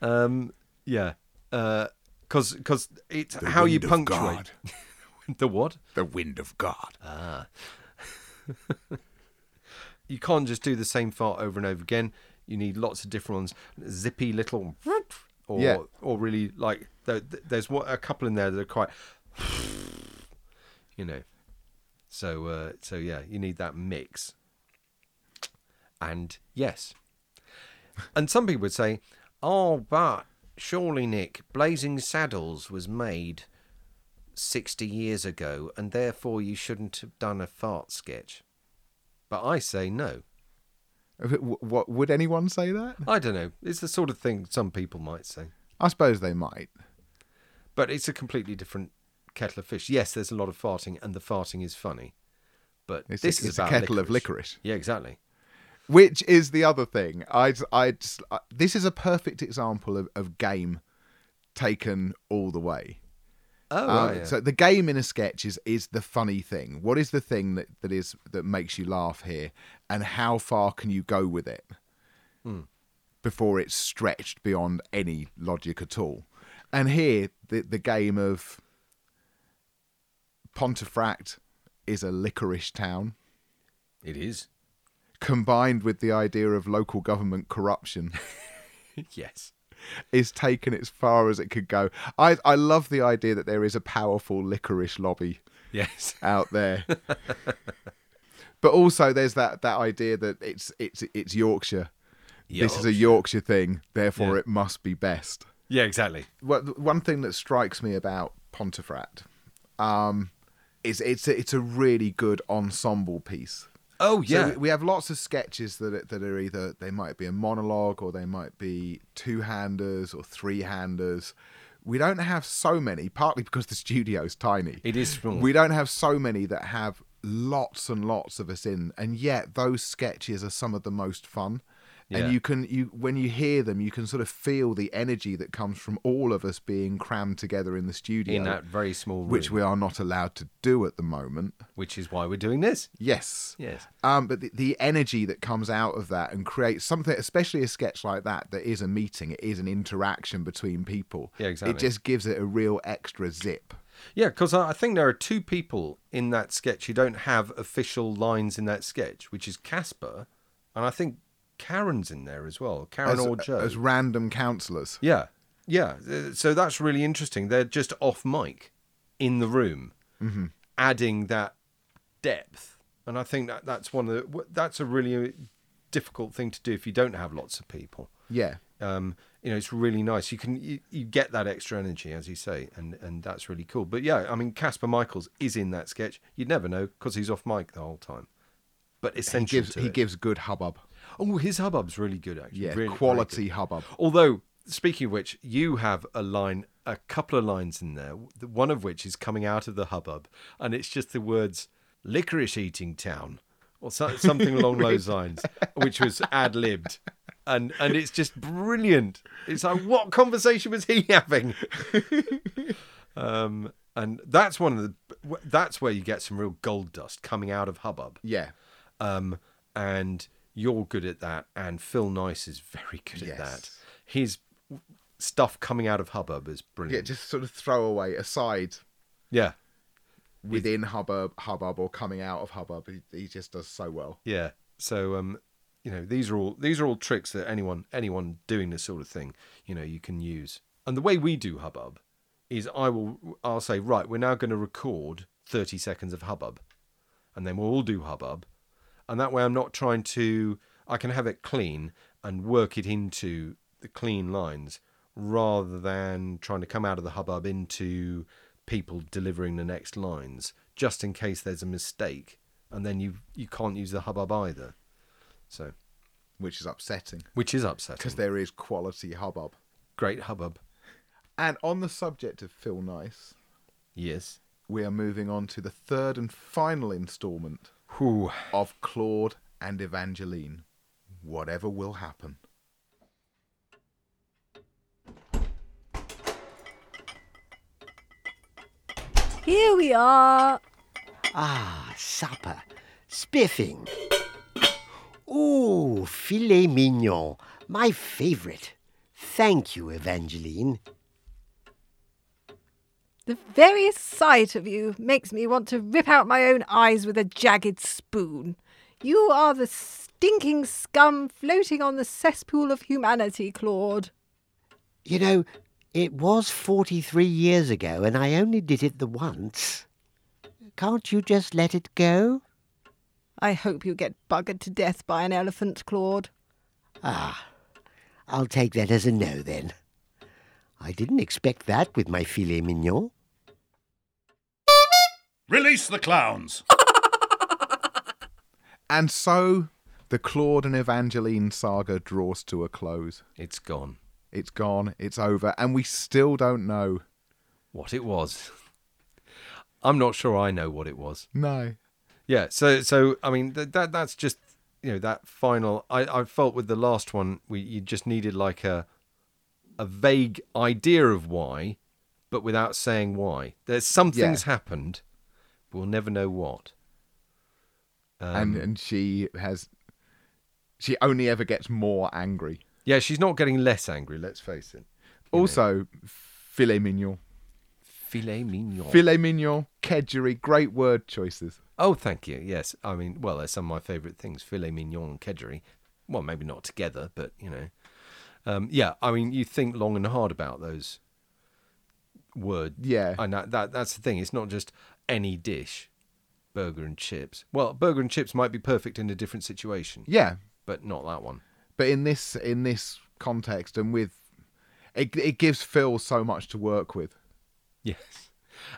Um, yeah, because because it's The how you wind of punctuate. the what? The wind of God. Ah. you can't just do the same fart over and over again. You need lots of different ones. Zippy little, or Yeah. or really like there, there's what a couple in there that are quite, you know. So uh, so yeah, you need that mix. And yes, and some people would say, "Oh, but surely Nick, Blazing Saddles was made sixty years ago, and therefore you shouldn't have done a fart sketch." But I say no. W- What would anyone say that? I don't know. It's the sort of thing some people might say, I suppose they might. but it's a completely different kettle of fish. Yes, there's a lot of farting, and the farting is funny. But It's a- this is it's a about kettle of licorice. Yeah, exactly. Which is the other thing. I, I just, I- this is a perfect example of, of game taken all the way. Oh, Um, right, yeah. So the game in a sketch is is the funny thing. What is the thing that, that is that makes you laugh here, and how far can you go with it Hmm. before it's stretched beyond any logic at all? And here, the the game of Pontefract is a licorice town It is. combined with the idea of local government corruption yes. is taken as far as it could go. I I love the idea that there is a powerful licorice lobby Yes. out there. but also there's that that idea that it's it's it's Yorkshire. This is a Yorkshire thing, therefore Yeah. it must be best. Yeah, exactly. What one thing that strikes me about Pontefract um is it's a, it's a really good ensemble piece. Oh So yeah. we- we have lots of sketches that are, that are either they might be a monologue or they might be two handers or three handers. We don't have so many, partly because the studio's tiny. It is small. We don't have so many that have lots and lots of us in, and yet those sketches are some of the most fun. Yeah. And you can you when you hear them, you can sort of feel the energy that comes from all of us being crammed together in the studio, in that very small room, which we are not allowed to do at the moment. which is why we're doing this. Yes. Yes. Um, but the, the energy that comes out of that and creates something, especially a sketch like that, that is a meeting, it is an interaction between people. Yeah, exactly. It just gives it a real extra zip. Yeah, because I I think there are two people in that sketch who don't have official lines in that sketch, which is Casper, and I think Karen's in there as well. Karen as, or Joe. as random counsellors. yeah, yeah. Uh, So that's really interesting. They're just off mic in the room, Mm-hmm. Mhm. adding that depth, and I think uh, that that's one of the, w- that's a really difficult thing to do if you don't have lots of people. Yeah. Um, you know, it's really nice. You can you, you get that extra energy, as you say, and and that's really cool. But yeah, I mean, Casper Michaels is in that sketch. You'd never know because he's off mic the whole time. But essential he gives, to he it. gives good hubbub. Oh, his hubbub's really good, actually. Yeah, Really, very quality good. hubbub. Although, speaking of which, you have a line, a couple of lines in there, w- the- one of which is coming out of the hubbub, and it's just the words "licorice eating town" or so, something along Oh, those lines, which was ad libbed, and and it's just brilliant. It's like, what conversation was he having? um, and that's one of the w- that's where you get some real gold dust coming out of hubbub. Yeah. Um, and you're good at that, and Phil Nice is very good at that. His stuff coming out of hubbub is Yeah, brilliant. just sort of throwaway aside Yeah, within hubbub, hubbub, or coming out of hubbub. He, he just does so well. yeah. So um, you know these are all these are all tricks that anyone anyone doing this sort of thing, you know, you can use. And the way we do hubbub is I will I'll say right, we're now going to record thirty seconds of hubbub, and then we'll all do hubbub, and that way I'm not trying to I can have it clean and work it into the clean lines rather than trying to come out of the hubbub into people delivering the next lines just in case there's a mistake and then you you can't use the hubbub either so which is upsetting which is upsetting because there is quality hubbub. great hubbub And on the subject of Phil Nice, yes we are moving on to the third and final instalment Whew. of Claude and Evangeline. Whatever will happen. Here we are. Ah, supper. Spiffing. Ooh, filet mignon. My favorite. Thank you, Evangeline. The very sight of you makes me want to rip out my own eyes with a jagged spoon. You are the stinking scum floating on the cesspool of humanity, Claude. You know, it was 43 years ago and I only did it the once. Can't you just let it go? I hope you get buggered to death by an elephant, Claude. Ah, I'll take that as a no then. I didn't expect that with my filet mignon. Release the clowns! And so the Claude and Evangeline saga draws to a close. It's gone. It's gone. It's over. And we still don't know. what it was i'm not sure i know what it was No. Yeah, so so I mean that, that that's just you know that final. I I felt with the last one we you just needed like a a vague idea of why, but without saying why. There's something's happened. We'll never know what. Um, and and she has she only ever gets more angry. Yeah, she's not getting less angry. Let's face it. Also, filet mignon. Filet mignon. Filet mignon, kedgeree, great word choices. Oh, thank you. Yes, I mean, well, they're some of my favourite things: filet mignon and kedgeree. Well, maybe not together, but you know, um, yeah. I mean, you think long and hard about those word. Yeah, and that, that that's the thing. It's not just any dish, burger and chips. Well, burger and chips might be perfect in a different situation. Yeah. but not that one. But in this in this context and with it it gives Phil so much to work with. Yes,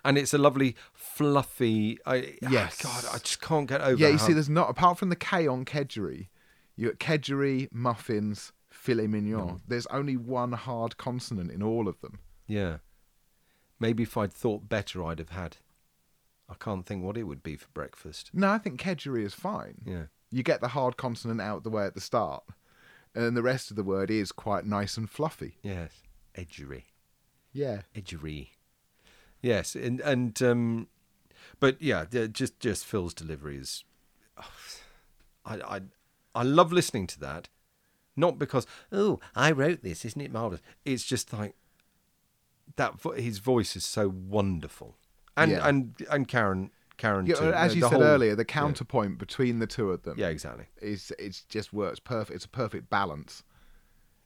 and it's a lovely fluffy. I, yes, God, I just can't get over. yeah, you how- see there's not apart from the K on kedgeree, you at kedgeree, muffins, filet mignon. There's only one hard consonant in all of them. Yeah. Maybe if I'd thought better, I'd have had. I can't think what it would be for breakfast. No, I think kedgeree is fine. Yeah. You get the hard consonant out the way at the start. And then the rest of the word is quite nice and fluffy. Yes. Edgery. Yeah. Edgery. Yes, and and um, but yeah, the- just just Phil's delivery is. I I I love listening to that, not because oh I wrote this, isn't it marvelous? It's just like that. vo- His voice is so wonderful, and Yeah. and and Karen Karen Yeah, uh, too. as The- you the said whole- earlier, the yeah. counterpoint between the two of them. Yeah, exactly. Is it just works perfect. It's a perfect balance.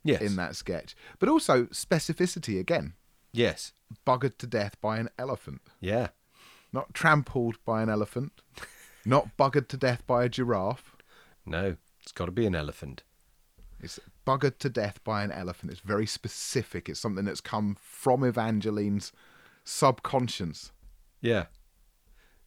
Yes. In that sketch, but also specificity again. Yes. Buggered to death by an elephant. Yeah. Not trampled by an elephant. not buggered to death by a giraffe. No, it's got to be an elephant. It's buggered to death by an elephant. It's very specific. It's something that's come from Evangeline's subconscious. Yeah.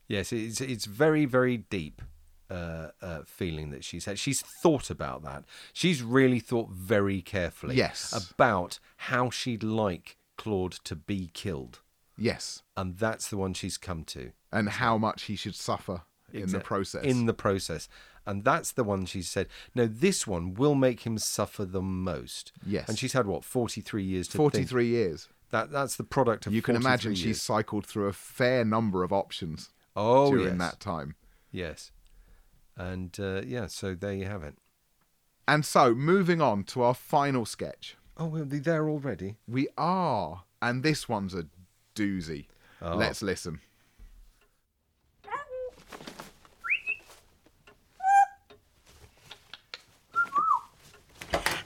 Yes, it's it's very very deep uh, uh, feeling that she's had. She's thought about that. She's really thought very carefully. Yes. About how she'd like Claude to be killed. Yes. And that's the one she's come to. And how much he should suffer in the Exact- process. In the process. And that's the one she said, no, this one will make him suffer the most. Yes. And she's had, what, 43 years to think? 43 years. That, that's the product of You can 43 imagine years. she's cycled through a fair number of options Oh, during yes. that time. Yes. And uh, yeah, so there you have it. And so, moving on to our final sketch. Oh, we're there already. We are. And this one's a doozy. Oh. Let's listen.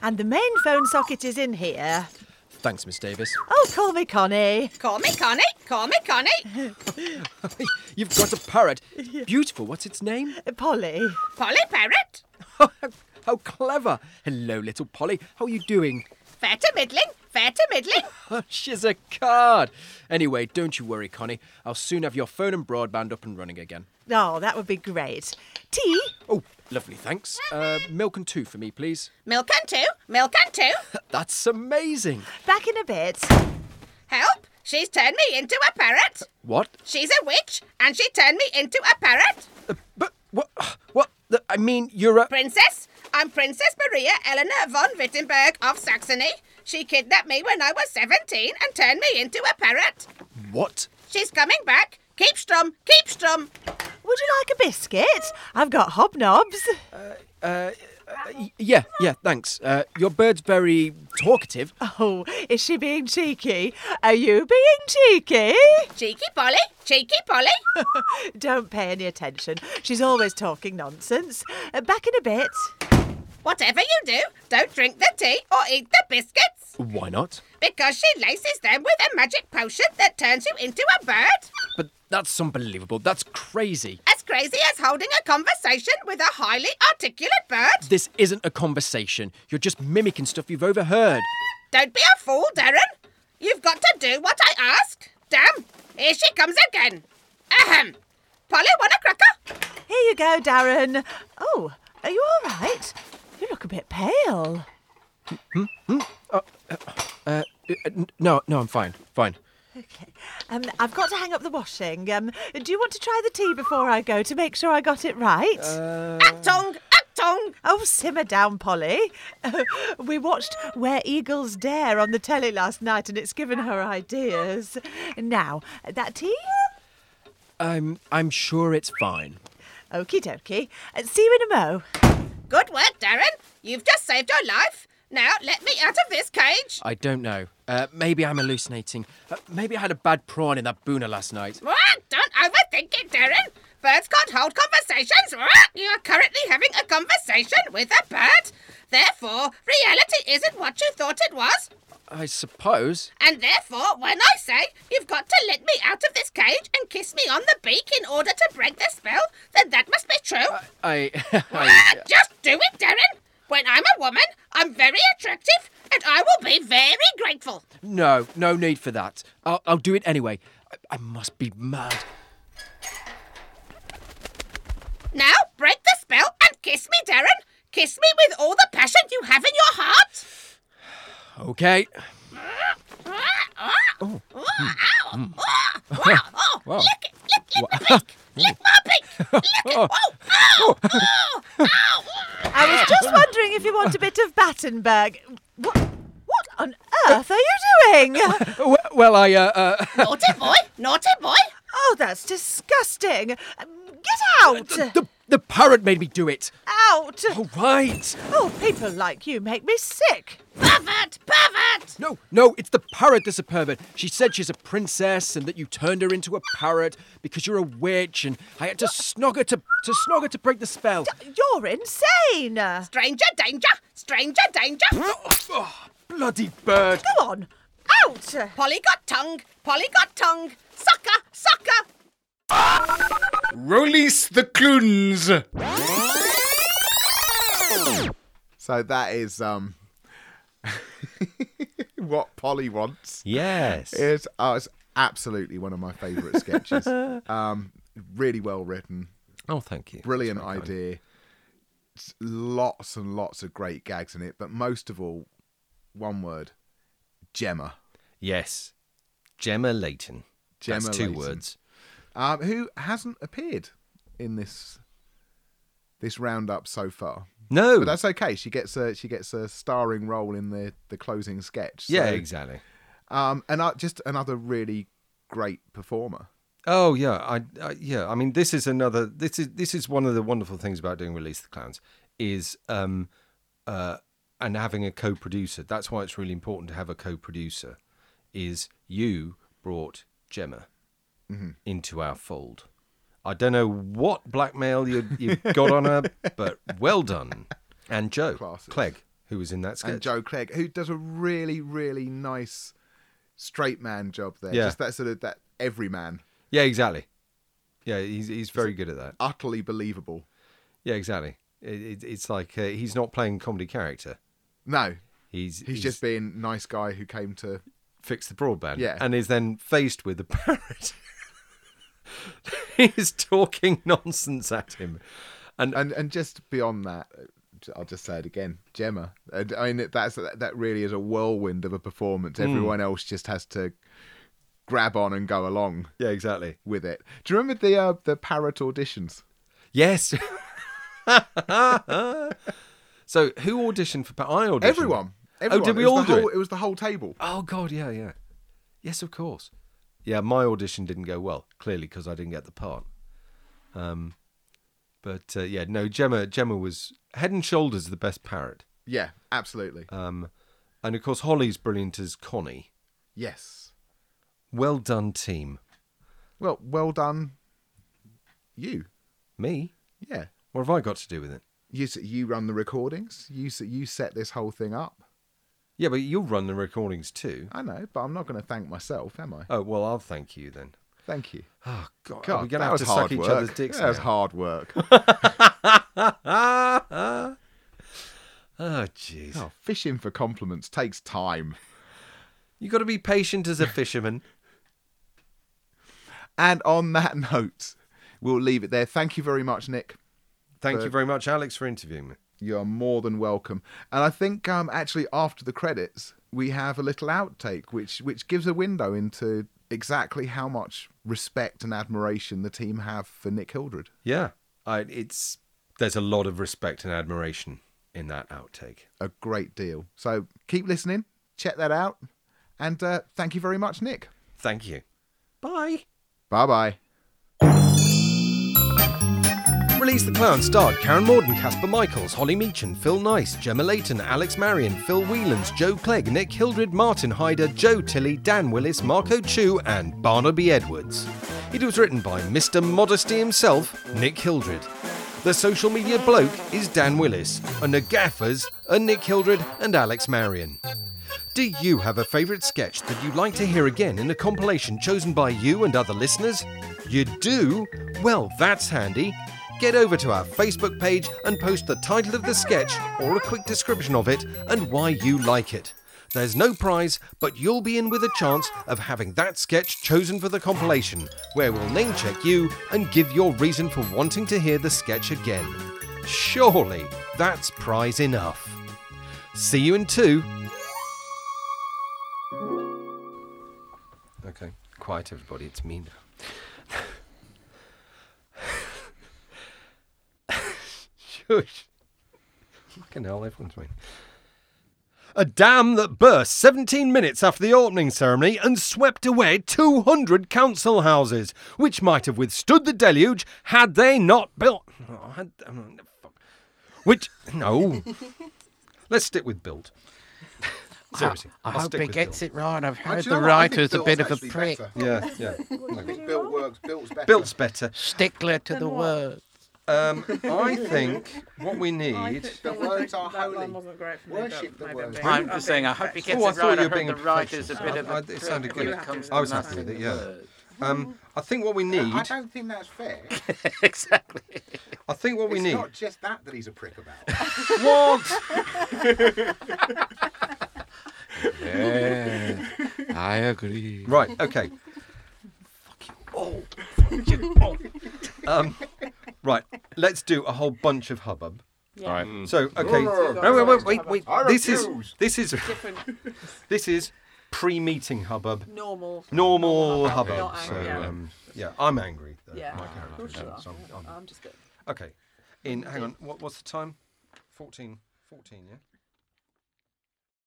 And the main phone socket is in here. Thanks, Miss Davis. Oh, call me Connie. Call me Connie. Call me Connie. You've got a parrot. Beautiful. What's its name? Polly. Polly Parrot. How clever. Hello, little Polly. How are you doing? Fair to middling. Fair to middling. She's a card. Anyway, don't you worry, Connie. I'll soon have your phone and broadband up and running again. Oh, that would be great. Tea? Oh, lovely, thanks. Uh, milk and two for me, please. Milk and two. Milk and two. That's amazing. Back in a bit. Help! She's turned me into a parrot. What? She's a witch, and she turned me into a parrot. Uh, What? The, I mean, you're a. Princess? I'm Princess Maria Eleanor von Wittenberg of Saxony. She kidnapped me when I was 17 and turned me into a parrot. What? She's coming back. Keep strum. Keep strum. Would you like a biscuit? I've got hobnobs. Uh, uh, yeah, yeah, thanks. Uh, your bird's very talkative. Oh, is she being cheeky? Are you being cheeky? Cheeky Polly. Cheeky Polly. Don't pay any attention. She's always talking nonsense. Uh, Back in a bit. Whatever you do, don't drink the tea or eat the biscuits. Why not? Because she laces them with a magic potion that turns you into a bird. But that's unbelievable. That's crazy. As crazy as holding a conversation with a highly articulate bird. This isn't a conversation. You're just mimicking stuff you've overheard. Don't be a fool, Darren. You've got to do what I ask. Damn, here she comes again. Ahem. Polly, want a cracker? Here you go, Darren. Oh, are you all right? You look a bit pale. Hmm? Hmm? Uh, uh, uh, n- no, no, I'm fine. Fine. Um, I've got to hang up the washing. Um, do you want to try the tea before I go to make sure I got it right? Uh... Actong, actong. Oh, simmer down, Polly. we watched Where Eagles Dare on the telly last night, and it's given her ideas. Now, that tea? I'm I'm sure it's fine. Okie dokie. Uh, See you in a mo. Good work, Darren. You've just saved your life. Now let me out of this cage. I don't know. Uh, maybe I'm hallucinating. Uh, maybe I had a bad prawn in that boona last night. Ah, don't overthink it, Darren. Birds can't hold conversations. Ah, You are currently having a conversation with a bird. Therefore, reality isn't what you thought it was. I suppose. And therefore, when I say you've got to let me out of this cage and kiss me on the beak in order to break the spell, then that must be true. I. Ah, I uh, just do it, Darren. When I'm a woman, I'm very attractive and I will be very grateful. no, no need for that. I'll, I'll do it anyway. I, I must be mad. Now, break the spell and kiss me, Darren. Kiss me with all the passion you have in your heart. Okay. Ah, Oh. Mm. Oh, Wow. lick it, lick, lick Wha- my beak, lick my beak, lick it. Oh, ow, ow, ow. I was just wondering if you want a bit of Battenberg. What, what on earth are you doing? W- Well, I. Uh, uh, Naughty boy, naughty boy. Oh, that's disgusting. Um, Get out! Uh, the, the parrot made me do it. Out! All right. Oh, people like you make me sick. Pervert, pervert. No, no, it's the parrot that's a pervert. She said she's a princess and that you turned her into a parrot because you're a witch and I had to snog her to, to snog her to break the spell. You're insane. Stranger danger, stranger danger. Oh, Bloody bird. Go on, out. Polly got tongue, Polly got tongue. Sucker, sucker. Release the clunes. So that is um what Polly wants. Yes. It's, oh, it's absolutely one of my favourite sketches. um, really well written. Oh, thank you. Brilliant idea. S- Lots and lots of great gags in it, but most of all, one word Gemma. Yes. Gemma Layton. Gemma That's two Layton. words. um, who hasn't appeared in this this roundup so far. No. but that's okay. She gets a she gets a starring role in the the closing sketch. Yeah, so- exactly. Um, and uh, just another really great performer. Oh yeah, I, I yeah. I mean, this is another. This is this is one of the wonderful things about doing Release the Clowns is um, uh, and having a co-producer. That's why it's really important to have a co-producer. Is you brought Gemma Mhm. into our fold? I don't know what blackmail you you got on her, but well done. And Joe Clegg, who was in that sketch. And Joe Clegg, who does a really really nice straight man job there. Yeah. Just that sort of that everyman, Yeah, exactly. Yeah, he's he's very good at that. utterly believable. Yeah, exactly. It, it, it's like uh, he's not playing comedy character. No, He's he's, just being nice guy who came to. fix the broadband. Yeah. and is then faced with a parrot. he's talking nonsense at him, and and and just beyond that, I'll just say it again, Gemma. And I mean that's that really is a whirlwind of a performance. Mm. Everyone else just has to grab on and go along. Yeah, exactly. With it. Do you remember the uh, the parrot auditions? Yes. so who auditioned for? pa- I auditioned. Everyone. Everyone. Oh, did we It was all the do whole, it? was the whole table. Oh God, yeah, yeah. Yes, of course. Yeah, my audition didn't go well, clearly because I didn't get the part. Um, but uh, yeah, no, Gemma. Gemma was head and shoulders the best parrot. Yeah, absolutely. Um, and of course, Holly's brilliant as Connie. Yes. Well done, team. Well, well done. You. Me? Yeah. What have I got to do with it? You s- you run the recordings. You s- you set this whole thing up. Yeah, but you'll run the recordings too. I know, but I'm not going to thank myself, am I? Oh well, I'll thank you then. Thank you. Oh God, God, we're gonna that have was to hard suck each work. other's dicks. That was now. hard work. oh jeez, Oh, fishing for compliments takes time. you got to be patient as a fisherman. And on that note, we'll leave it there. Thank you very much, Nick. Thank But- you very much, Alex, for interviewing me. You are more than welcome. And I think um, actually after the credits, we have a little outtake which which gives a window into exactly how much respect and admiration the team have for Nick Hildred. Yeah, I, it's there's a lot of respect and admiration in that outtake. A great deal. So keep listening, check that out, and uh, thank you very much, Nick. Thank you. Bye. Bye bye. Release the Clown starred Karen Morden, Casper Michaels, Holly Meacham, Phil Nice, Gemma Layton, Alex Marion, Phil Whelans, Joe Clegg, Nick Hildred, Martin Hyder, Joe Tilly, Dan Willis, Marco Chu, and Barnaby Edwards. It was written by Mr. Modesty himself, Nick Hildred. The social media bloke is Dan Willis, and the gaffers are Nick Hildred and Alex Marion. Do you have a favourite sketch that you'd like to hear again in a compilation chosen by you and other listeners? You do? Well, that's handy. Get over to our Facebook page and post the title of the sketch or a quick description of it and why you like it. There's no prize, but you'll be in with a chance of having that sketch chosen for the compilation, where we'll name check you and give your reason for wanting to hear the sketch again. Surely that's prize enough. See you in two. Okay, quiet everybody, it's me now. Shush. Fucking hell, everyone's mean. A dam that burst 17 minutes after the opening ceremony and swept away 200 council houses, which might have withstood the deluge had they not built. Oh, had, um, fuck. Which, no. Let's stick with build. Seriously. I, I'll hope stick he with gets it right. I've heard do you the know what? I think writer's a Bill's bit of a actually prick. better. Yeah, yeah. I think Bill works. Bill's better. Built's better. Stickler to the word. Um, I think what we need. The words are holy. Worship the words. I'm just saying, I hope he gets Oh, I it thought right. you I were heard being the writer's a bit of professional. a I- prick it sounded when good. it comes to I was happy pronouncing with it. the Yeah. word. Um, I think what we need. I don't think that's fair. exactly. I I think what we it's need. not just that that he's a prick about. Yeah, I agree. Right, okay. oh, Um, right, let's do a whole bunch of hubbub. Yeah. All right. So, Mm. okay. No, no, no, No, wait, wait, no, wait, wait. I This is refuse. this is Different. this is pre-meeting hubbub. Normal. Normal Normal hubbub. hubbub. Not angry, So, yeah. um, yeah, I'm angry. Though, Yeah. My Of course character. you are. So I'm, I'm, I'm just good. okay. In hang on. What, what's the time? 14, 14, Yeah.